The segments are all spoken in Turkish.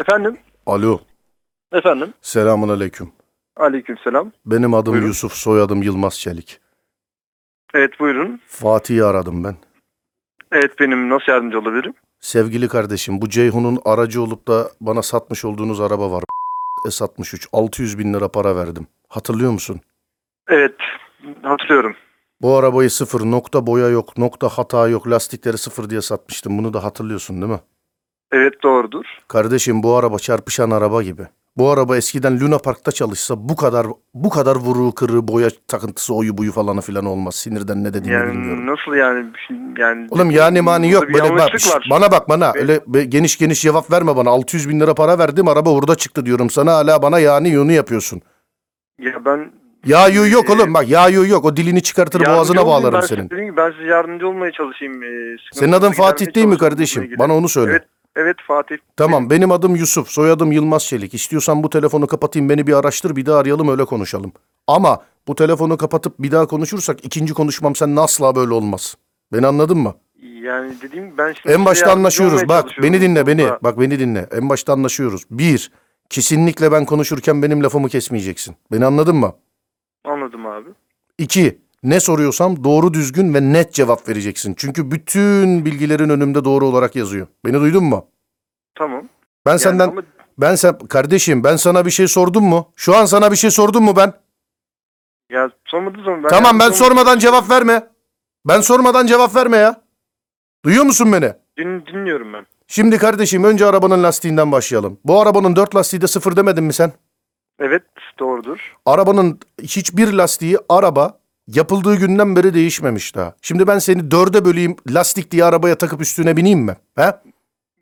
Efendim? Alo. Efendim? Selamun aleyküm. Aleykümselam. Benim adım Buyurun. Yusuf, soyadım Yılmaz Çelik. Evet buyurun. Fatih'i aradım ben. Evet benim nasıl yardımcı olabilirim? Sevgili kardeşim bu Ceyhun'un aracı olup da bana satmış olduğunuz araba var. S63 600 bin lira para verdim. Hatırlıyor musun? Evet hatırlıyorum. Bu arabayı sıfır nokta boya yok nokta hata yok lastikleri sıfır diye satmıştım. Bunu da hatırlıyorsun değil mi? Evet doğrudur. Kardeşim bu araba çarpışan araba gibi. Bu araba eskiden Luna Park'ta çalışsa bu kadar bu kadar vuruğu kırığı boya takıntısı oyu buyu falanı filan olmaz. Sinirden ne dediğimi Yani bilmiyorum. nasıl yani? bir şey- yani Oğlum yani mani yok. Burada bir Bana bak, yanlışlık var. bana bak bana. Öyle be- geniş geniş cevap verme bana. 600 bin lira para verdim araba orada çıktı diyorum sana. Hala bana yani yunu yapıyorsun. Ya ben Ya yu yok Ee, oğlum bak ya yu yok. O dilini çıkartır Yardımcı boğazına olmayayım. bağlarım ben senin. Dediğim gibi ben size yardımcı olmaya çalışayım. Ee, Senin sıkıntınızı adın gidermeye Fatih değil mi çalışayım bununla kardeşim? ilgili. Bana onu söyle. Evet, evet Fatih. Tamam benim adım Yusuf. Soyadım Yılmaz Çelik. İstiyorsan bu telefonu kapatayım beni bir araştır bir daha arayalım öyle konuşalım. Ama bu telefonu kapatıp bir daha konuşursak ikinci konuşmam seninle asla böyle olmaz. Beni anladın mı? Yani dediğim gibi ben şimdi En size başta yardımcı anlaşıyoruz. olmaya Bak Şey çalışıyorum beni bu dinle beni. konuda. Bak beni dinle. En başta anlaşıyoruz. Bir, kesinlikle ben konuşurken benim lafımı kesmeyeceksin. Beni anladın mı? Anladım abi. İki, ne soruyorsam doğru düzgün ve net cevap vereceksin. Çünkü bütün bilgilerin önümde doğru olarak yazıyor. Beni duydun mu? Tamam. Ben Yani senden, ama ben sen, kardeşim ben sana bir şey sordum mu? Şu an sana bir şey sordum mu ben? ya sormadığı zaman ben tamam ben yardımcı olmayayım. sormadan cevap verme. Ben sormadan cevap verme ya. Duyuyor musun beni? Din, dinliyorum ben. Şimdi kardeşim önce arabanın lastiğinden başlayalım. Bu arabanın dört lastiği de sıfır demedin mi sen? Evet doğrudur. Arabanın hiçbir lastiği araba yapıldığı günden beri değişmemiş daha. Şimdi ben seni dörde böleyim lastik diye arabaya takıp üstüne bineyim mi? He?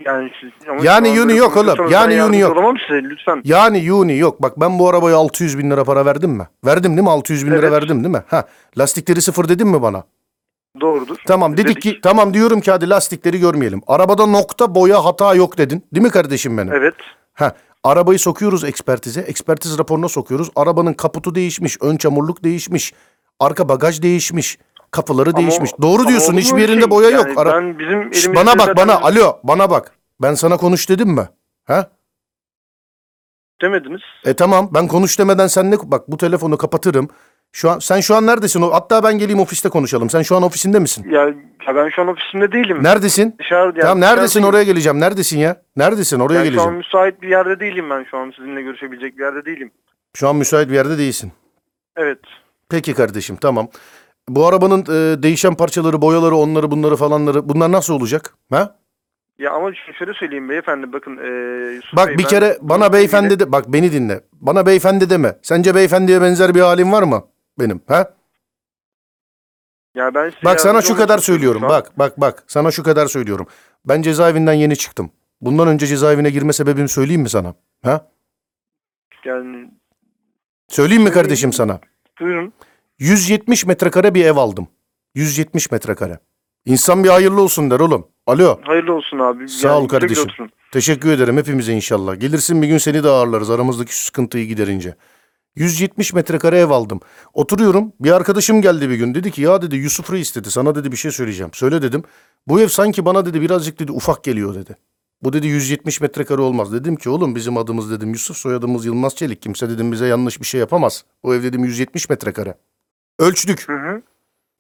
Yani siz, ama Yani şu an yönü böyle yok oğlum, konuşuyorsanız ben yani yönü yardımcı yok. Olamam size lütfen. Yani yuni yok. Bak ben bu arabaya 600 bin lira para verdim mi? Verdim değil mi? 600 bin lira Evet. verdim değil mi? Ha. Lastikleri sıfır dedin mi bana? Doğrudur. Tamam dedik, Dedik. ki tamam diyorum ki hadi lastikleri görmeyelim. Arabada nokta boya hata yok dedin. Değil mi kardeşim benim? Evet. Ha, arabayı sokuyoruz ekspertize. Ekspertiz raporuna sokuyoruz. Arabanın kaputu değişmiş, ön çamurluk değişmiş, arka bagaj değişmiş, kapıları Ama- değişmiş. Doğru ama diyorsun. olur mu Hiçbir öyle yerinde şey? boya Yani yok. Ara- Ben bizim Şş, elimizde bana bak zaten bana. Alo, bana bak. Ben sana konuş dedim mi? Ha? Demediniz. E tamam. Ben konuş demeden sen ne bak bu telefonu kapatırım. Şu an sen şu an neredesin? O- Hatta ben geleyim ofiste konuşalım. Sen şu an ofisinde misin? Ya, ya ben şu an ofisimde değilim. Neredesin? Dışarı, yani tamam neredesin? dışarıdayım. Oraya geleceğim. Neredesin ya? Neredesin? Oraya Yani şu geleceğim. an müsait bir yerde değilim ben şu an sizinle görüşebilecek bir yerde değilim. Şu an müsait bir yerde değilsin. Evet. Peki kardeşim tamam. Bu arabanın e, değişen parçaları, boyaları, onları, bunları falanları bunlar nasıl olacak? Ha? Ya ama ş- şöyle söyleyeyim beyefendi bakın. eee Yusuf Bak Bey, bir ben- kere bana beyefendi de bak beni dinle. Bana beyefendi deme. Sence beyefendiye benzer bir halim var mı benim? Ha? Ya ben size Bak sana yardımcı şu olmaya kadar çalışıyorum söylüyorum. şu an. Bak bak bak sana şu kadar söylüyorum. Ben cezaevinden yeni çıktım. Bundan önce cezaevine girme sebebimi söyleyeyim mi sana? Ha? Yani Söyleyeyim mi kardeşim sana? buyurun. 170 metrekare bir ev aldım. 170 metrekare. İnsan bir hayırlı olsun der oğlum. Alo. Hayırlı olsun abi. Sağ Yani ol yüksek kardeşim. olsun. Teşekkür ederim hepimize inşallah. Gelirsin bir gün seni de ağırlarız aramızdaki şu sıkıntıyı giderince. 170 metrekare ev aldım. Oturuyorum bir arkadaşım geldi bir gün dedi ki ya dedi Yusuf Reis dedi sana dedi bir şey söyleyeceğim. Söyle dedim. Bu ev sanki bana dedi birazcık dedi ufak geliyor dedi. Bu dedi 170 metrekare olmaz. Dedim ki oğlum bizim adımız dedim Yusuf soyadımız Yılmaz Çelik. Kimse dedim bize yanlış bir şey yapamaz. O ev dedim 170 metrekare. Ölçtük. Hı hı.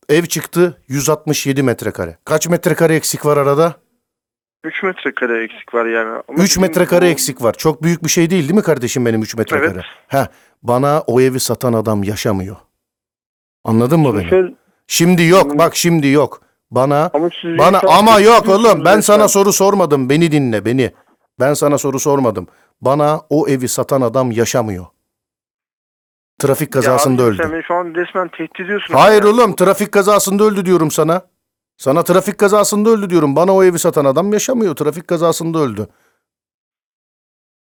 Ev çıktı 167 metrekare. Kaç metrekare eksik var arada? 3 metrekare eksik var yani. Ama 3 bizim- metrekare eksik var. Çok büyük bir şey değil değil mi kardeşim benim 3 metrekare? Evet. Heh, bana o evi satan adam yaşamıyor. Anladın mı beni? Şöyle- Şimdi yok bak şimdi yok. Bana Şey- ama şey siz bana insan- ama yok oğlum Üzülüyorsunuz ben resmen. sana soru sormadım. Beni dinle beni. Ben sana soru sormadım. Bana o evi satan adam yaşamıyor. Trafik kazasında ya abi, öldü. Sen beni şu an resmen tehdit ediyorsun. Hayır oğlum trafik kazasında öldü diyorum sana. Sana trafik kazasında öldü diyorum. Bana o evi satan adam yaşamıyor. Trafik kazasında öldü.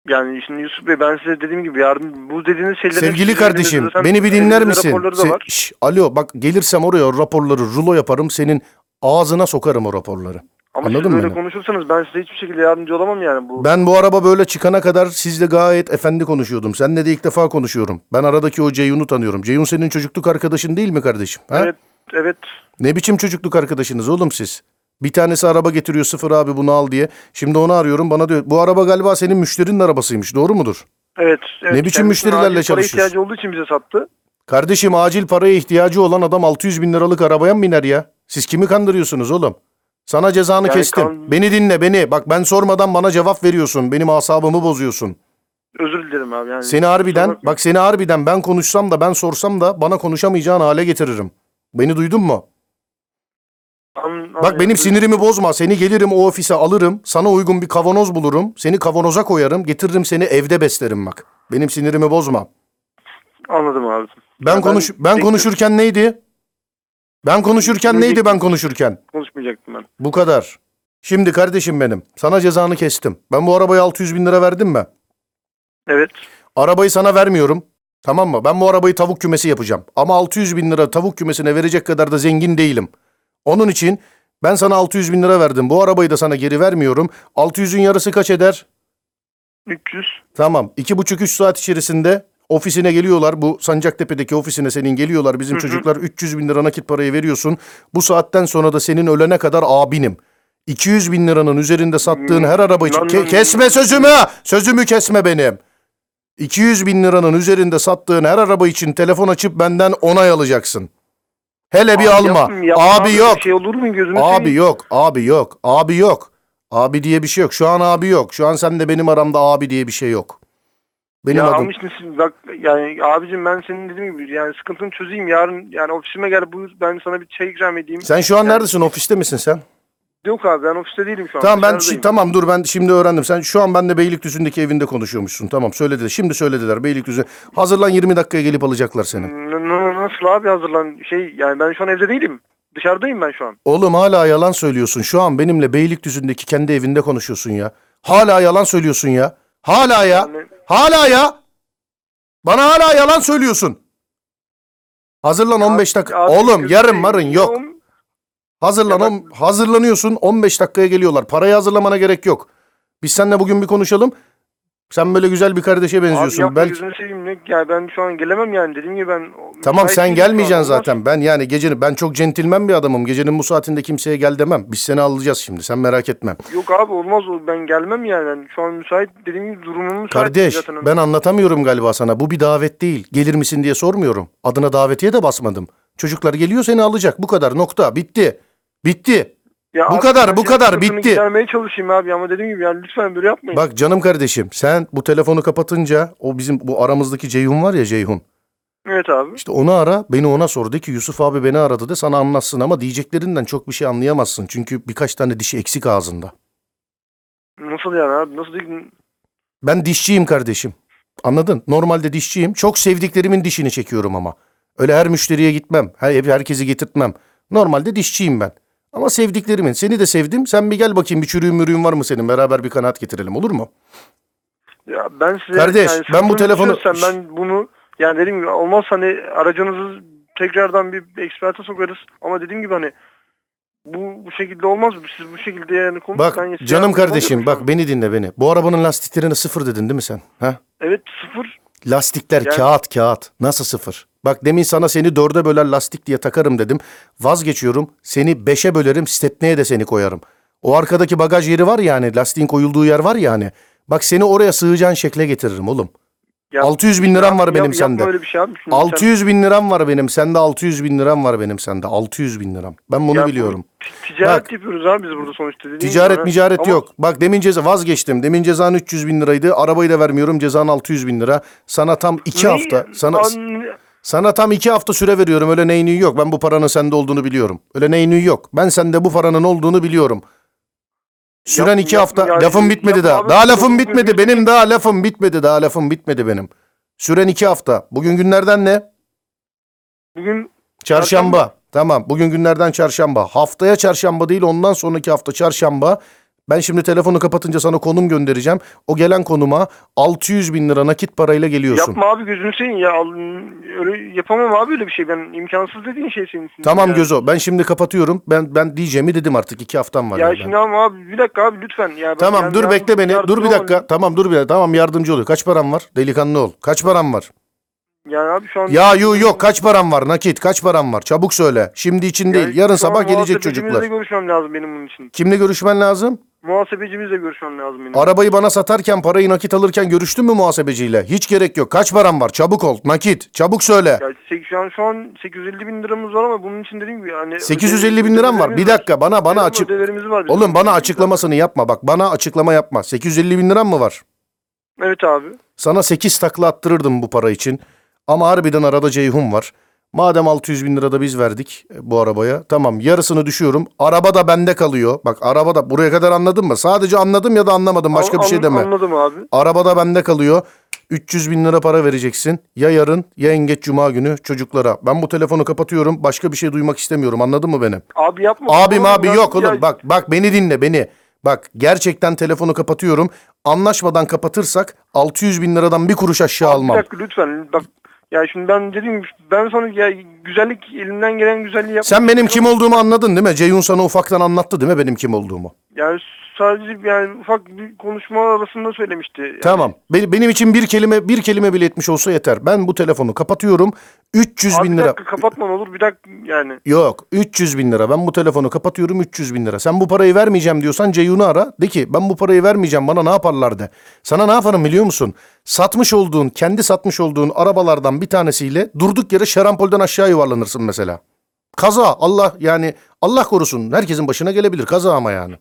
Yani şimdi Yusuf Bey ben size dediğim gibi yardım bu dediğiniz şeylerin Sevgili sizin kardeşim elinizde zaten- beni bir dinler elinizde misin? Raporları da Se- var. Şş, alo bak gelirsem oraya o raporları rulo yaparım senin ağzına sokarım o raporları. Ama Anladın siz mı böyle beni? konuşursanız ben size hiçbir şekilde yardımcı olamam yani bu. Ben bu araba böyle çıkana kadar sizle gayet efendi konuşuyordum. Seninle de ilk defa konuşuyorum. Ben aradaki o Ceyhun'u tanıyorum. Ceyhun senin çocukluk arkadaşın değil mi kardeşim? Ha? Evet evet Ne biçim çocukluk arkadaşınız oğlum siz? Bir tanesi araba getiriyor sıfır abi bunu al diye. Şimdi onu arıyorum bana diyor bu araba galiba senin müşterinin arabasıymış doğru mudur? Evet. evet. biçim Kendisinin müşterilerle acil para çalışıyorsun? ihtiyacı olduğu için bize sattı. Kardeşim acil paraya ihtiyacı olan adam 600 bin liralık arabaya mı biner ya? Siz kimi kandırıyorsunuz oğlum? Sana cezanı Yani kestim. kan- Beni dinle beni. Bak ben sormadan bana cevap veriyorsun. Benim asabımı bozuyorsun. Özür dilerim abi. Yani Seni harbiden Kusura bakma. bak seni harbiden ben konuşsam da ben sorsam da bana konuşamayacağın hale getiririm. Beni duydun mu? An- an- Bak benim yani- sinirimi bozma. Seni gelirim o ofise alırım. Sana uygun bir kavanoz bulurum. Seni kavanoza koyarım. Getiririm seni evde beslerim bak. Benim sinirimi bozma. Anladım abi. Ya Ben ben konuş ben bekliyorum. konuşurken neydi? Ben konuşurken neydi ben konuşurken? Konuşmayacaktım ben. Bu kadar. Şimdi kardeşim benim. Sana cezanı kestim. Ben bu arabaya 600 bin lira verdim mi? Evet. Arabayı sana vermiyorum. Tamam mı? Ben bu arabayı tavuk kümesi yapacağım. Ama 600 bin lira tavuk kümesine verecek kadar da zengin değilim. Onun için ben sana 600 bin lira verdim. Bu arabayı da sana geri vermiyorum. 600'ün yarısı kaç eder? 300. Tamam. 2,5-3 saat içerisinde ofisine geliyorlar. Bu Sancaktepe'deki ofisine senin geliyorlar. Bizim çocuklar 300 bin lira nakit parayı veriyorsun. Bu saatten sonra da senin ölene kadar abinim. 200 bin liranın üzerinde sattığın her araba için... Hmm. Lan- Ke- kesme sözümü! Sözümü kesme benim. 200 bin liranın üzerinde sattığın her araba için telefon açıp benden onay alacaksın. Hele bir alma. Yapma, yapma abi yok. Bir şey olur mu gözünü Abi seveyim. yok, abi yok, abi yok. Abi diye bir şey yok. Şu an abi yok. Şu an sen de benim aramda abi diye bir şey yok. Benim ya adım. almışsın siz- bak yani abicim ben senin dediğim gibi yani sıkıntını çözeyim yarın yani ofisime gel buyur ben sana bir çay ikram edeyim. Sen şu an Yani- neredesin? Ofiste misin sen? Yok abi ben ofiste değilim şu an. Tamam ben şi- dışarıdayım. tamam dur ben şimdi öğrendim. Sen şu an benle Beylikdüzü'ndeki evinde konuşuyormuşsun. Tamam söylediler. Şimdi söylediler Beylikdüzü. Hazırlan 20 dakikaya gelip alacaklar seni. N- n- nasıl abi hazırlan şey yani ben şu an evde değilim. Dışarıdayım ben şu an. Oğlum hala yalan söylüyorsun. Şu an benimle Beylikdüzü'ndeki kendi evinde konuşuyorsun ya. Hala yalan söylüyorsun ya. Hala ya. Yani- Hala ya. Bana hala yalan söylüyorsun. Hazırlan 15 dakika. Abi- abi Oğlum gözünü yarın seveyim. marın yok. Tamam. Hazırlan Ya on- hazırlanıyorsun 15 dakikaya geliyorlar. Parayı hazırlamana gerek yok. Biz seninle bugün bir konuşalım. Sen böyle güzel bir kardeşe Abi benziyorsun. yapma Belki gözünü seveyim. Ne- Yani ben şu an gelemem yani dediğim gibi ben. Tamam müsait sen değilim şu an. gelmeyeceksin Olmaz. zaten. Ben yani gecenin ben çok centilmen bir adamım. Gecenin bu saatinde kimseye gel demem. Biz seni alacağız şimdi. Sen merak etme. Yok abi olmaz o- ben gelmem yani. Yani Şu an müsait dediğim gibi durumum müsait. Kardeş zaten. ben anlatamıyorum galiba sana. Bu bir davet değil. Gelir misin diye sormuyorum. Adına davetiye de basmadım. Çocuklar geliyor seni alacak. Bu kadar nokta. Bitti. Bitti. Ya Bu abi, kadar, ben bu senin kadar, sıkıntını bitti. Gidermeye çalışayım abi ama dediğim gibi yani lütfen böyle yapmayın. Bak canım kardeşim sen bu telefonu kapatınca o bizim bu aramızdaki Ceyhun var ya Ceyhun. Evet abi. İşte onu ara beni ona sor de ki Yusuf abi beni aradı de sana anlatsın ama diyeceklerinden çok bir şey anlayamazsın. Çünkü birkaç tane dişi eksik ağzında. Nasıl yani abi nasıl değil? Ben dişçiyim kardeşim. Anladın? Normalde dişçiyim. Çok sevdiklerimin dişini çekiyorum ama. Öyle her müşteriye gitmem. Her, hep herkesi getirtmem. Normalde dişçiyim ben. Ama sevdiklerimin. Seni de sevdim. Sen bir gel bakayım bir çürüğün mürüğün var mı senin? Beraber bir kanaat getirelim olur mu? Ya ben size Kardeş, yani ben bu sıkıntınız telefonu- yoksa ben bunu yani dediğim gibi olmaz hani aracınızı tekrardan bir eksperte sokarız ama dediğim gibi hani bu bu şekilde olmaz siz bu şekilde yani konuş- Bak ben size canım yardımcı kardeşim olamıyorum şu bak an. beni dinle beni. Bu arabanın lastiklerine sıfır dedin değil mi sen? Ha? evet sıfır Lastikler Yani- kağıt kağıt. Nasıl sıfır? Bak demin sana seni dörde böler lastik diye takarım dedim. Vazgeçiyorum. Seni beşe bölerim. Stepneye de seni koyarım. O arkadaki bagaj yeri var ya hani. Lastiğin koyulduğu yer var ya hani. Bak seni oraya sığacağın şekle getiririm oğlum. Ya- 600 bin liram var Yap- benim yapma sende. öyle bir şey abi. Şimdi sen- 600 bin liram var benim sende. 600 bin liram var benim sende. 600 bin liram. Ben bunu Ya bu biliyorum. t- Ticaret Bak. yapıyoruz abi biz burada sonuçta. dediğim Ticaret gibi. micaret Ama yok. Bak demin ceza vazgeçtim. Demin cezan 300 bin liraydı. Arabayı da vermiyorum. Cezan 600 bin lira. Sana tam iki ne- hafta. Sana an- Sana tam iki hafta süre veriyorum. Öyle neyinin yok. Ben bu paranın sende olduğunu biliyorum. Öyle neyinin yok. Ben sende bu paranın olduğunu biliyorum. Süren Yapma, iki yapma hafta. ya. lafım bitmedi Yapma daha. abi. daha lafım Çok bitmedi. üzücü. Benim daha lafım bitmedi. Daha lafım bitmedi benim. Süren iki hafta. Bugün günlerden ne? Bugün Çarşamba. Çarşamba. Tamam. Bugün günlerden çarşamba. Haftaya çarşamba değil ondan sonraki hafta çarşamba. Ben şimdi telefonu kapatınca sana konum göndereceğim. O gelen konuma 600 bin lira nakit parayla geliyorsun. yapma abi gözünü seveyim ya. Al- Öyle yapamam abi öyle bir şey. Ben imkansız dediğin şey senin için. Tamam yani. Gözo ben şimdi kapatıyorum. Ben ben diyeceğimi dedim artık iki haftam var. Ya yani ben. şimdi ama abi bir dakika abi lütfen. Ya ben- Tamam yani dur yardım- bekle beni. yardımcı Dur bir dakika. olamam. Tamam dur bir dakika. Tamam yardımcı oluyor. Kaç param var? Delikanlı ol. Kaç param var? Yani abi şu an... Ya yu yok kaç param var nakit kaç param var çabuk söyle. Şimdi için değil Yani yarın şu an sabah gelecek çocuklar. Muhasebecimizle görüşmem lazım benim bunun için. Kimle görüşmen lazım? Muhasebecimizle görüşmem lazım benim. Arabayı bana satarken parayı nakit alırken görüştün mü muhasebeciyle? Hiç gerek yok kaç param var çabuk ol nakit çabuk söyle. Ya sek- şu an şu an 850 bin liramız var ama bunun için dediğim gibi yani 850 bin liram var bir dakika bana bana açık. Ödelerimiz var. bizim. Oğlum bana açıklamasını yapma bak bana açıklama yapma. 850 bin liram mı var? Evet abi. Sana 8 takla attırırdım bu para için. Ama harbiden arada Ceyhun var. Madem 600 bin lira da biz verdik e, bu arabaya. Tamam yarısını düşüyorum. Araba da bende kalıyor. Bak araba da buraya kadar anladın mı? Sadece anladım ya da anlamadım. Başka An- bir şey an- deme. Anladım abi. Araba da bende kalıyor. 300 bin lira para vereceksin. Ya yarın ya en geç cuma günü çocuklara. Ben bu telefonu kapatıyorum. Başka bir şey duymak istemiyorum. Anladın mı beni? Abi yapma. Abim abi Ben- yok oğlum Ya- bak bak beni dinle beni. Bak gerçekten telefonu kapatıyorum. Anlaşmadan kapatırsak 600 bin liradan bir kuruş aşağı Bir almam. dakika lütfen. Bak ya şimdi ben dediğim gibi ben sana ya güzellik elimden gelen güzelliği yap. Sen benim kim olduğumu anladın değil mi? Ceyhun sana ufaktan anlattı değil mi benim kim olduğumu? Yani sadece yani ufak bir konuşma arasında söylemişti. Yani Tamam. Be- Benim için bir kelime bir kelime bile etmiş olsa yeter. Ben bu telefonu kapatıyorum. 300 Abi bin bir lira. dakika kapatma ne olur bir dakika yani. Yok 300 bin lira. Ben bu telefonu kapatıyorum 300 bin lira. Sen bu parayı vermeyeceğim diyorsan Ceyhun'u ara. De ki ben bu parayı vermeyeceğim bana ne yaparlar de. Sana ne yaparım biliyor musun? Satmış olduğun kendi satmış olduğun arabalardan bir tanesiyle durduk yere şarampolden aşağı yuvarlanırsın mesela. Kaza Allah yani Allah korusun herkesin başına gelebilir kaza ama yani.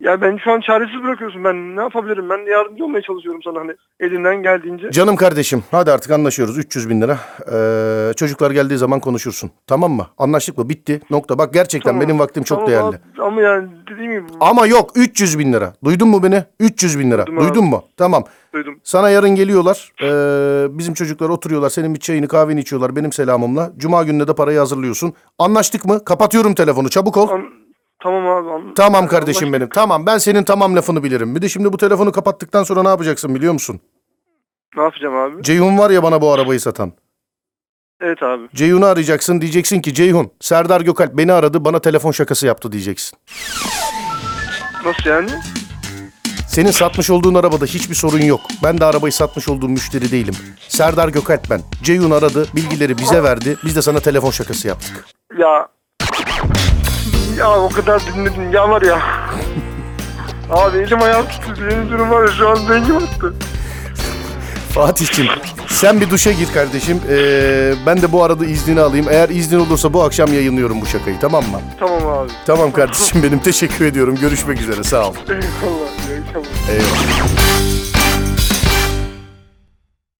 Ya ben şu an çaresiz bırakıyorsun ben ne yapabilirim ben de yardımcı olmaya çalışıyorum sana hani elimden geldiğince. Canım kardeşim hadi artık anlaşıyoruz 300 bin lira. Ee, çocuklar geldiği zaman konuşursun tamam mı? Anlaştık mı bitti nokta. Bak gerçekten Tamam. benim vaktim çok Tamam değerli. abi, ama yani dediğim gibi Ama yok 300 bin lira. Duydun mu beni? 300 bin lira. Duydum abi. Duydun mu? Tamam. duydum. Sana yarın geliyorlar. Ee, bizim çocuklar oturuyorlar. Senin bir çayını kahveni içiyorlar benim selamımla. Cuma gününe de parayı hazırlıyorsun. Anlaştık mı? Kapatıyorum telefonu. Çabuk ol. An- tamam abi. an- Tamam kardeşim Anlaştık. benim. Tamam ben senin tamam lafını bilirim. Bir de şimdi bu telefonu kapattıktan sonra ne yapacaksın biliyor musun? Ne yapacağım abi? Ceyhun var ya bana bu arabayı satan. Evet abi. Ceyhun'u arayacaksın diyeceksin ki Ceyhun Serdar Gökalp beni aradı bana telefon şakası yaptı diyeceksin. Nasıl yani? Senin satmış olduğun arabada hiçbir sorun yok. Ben de arabayı satmış olduğum müşteri değilim. Serdar Gökalp ben. Ceyhun aradı, bilgileri bize verdi. Biz de sana telefon şakası yaptık. Ya. Ya o kadar dinledin ya var ya. Abi elim ayağım tutuldu. Yeni durum var ya şu an zengin attı. Fatih'cim sen bir duşa gir kardeşim. Ee, ben de bu arada iznini alayım. Eğer iznin olursa bu akşam yayınlıyorum bu şakayı tamam mı? Tamam abi. Tamam kardeşim benim teşekkür ediyorum. Görüşmek üzere sağ ol. Eyvallah. Eyvallah. Eyvallah.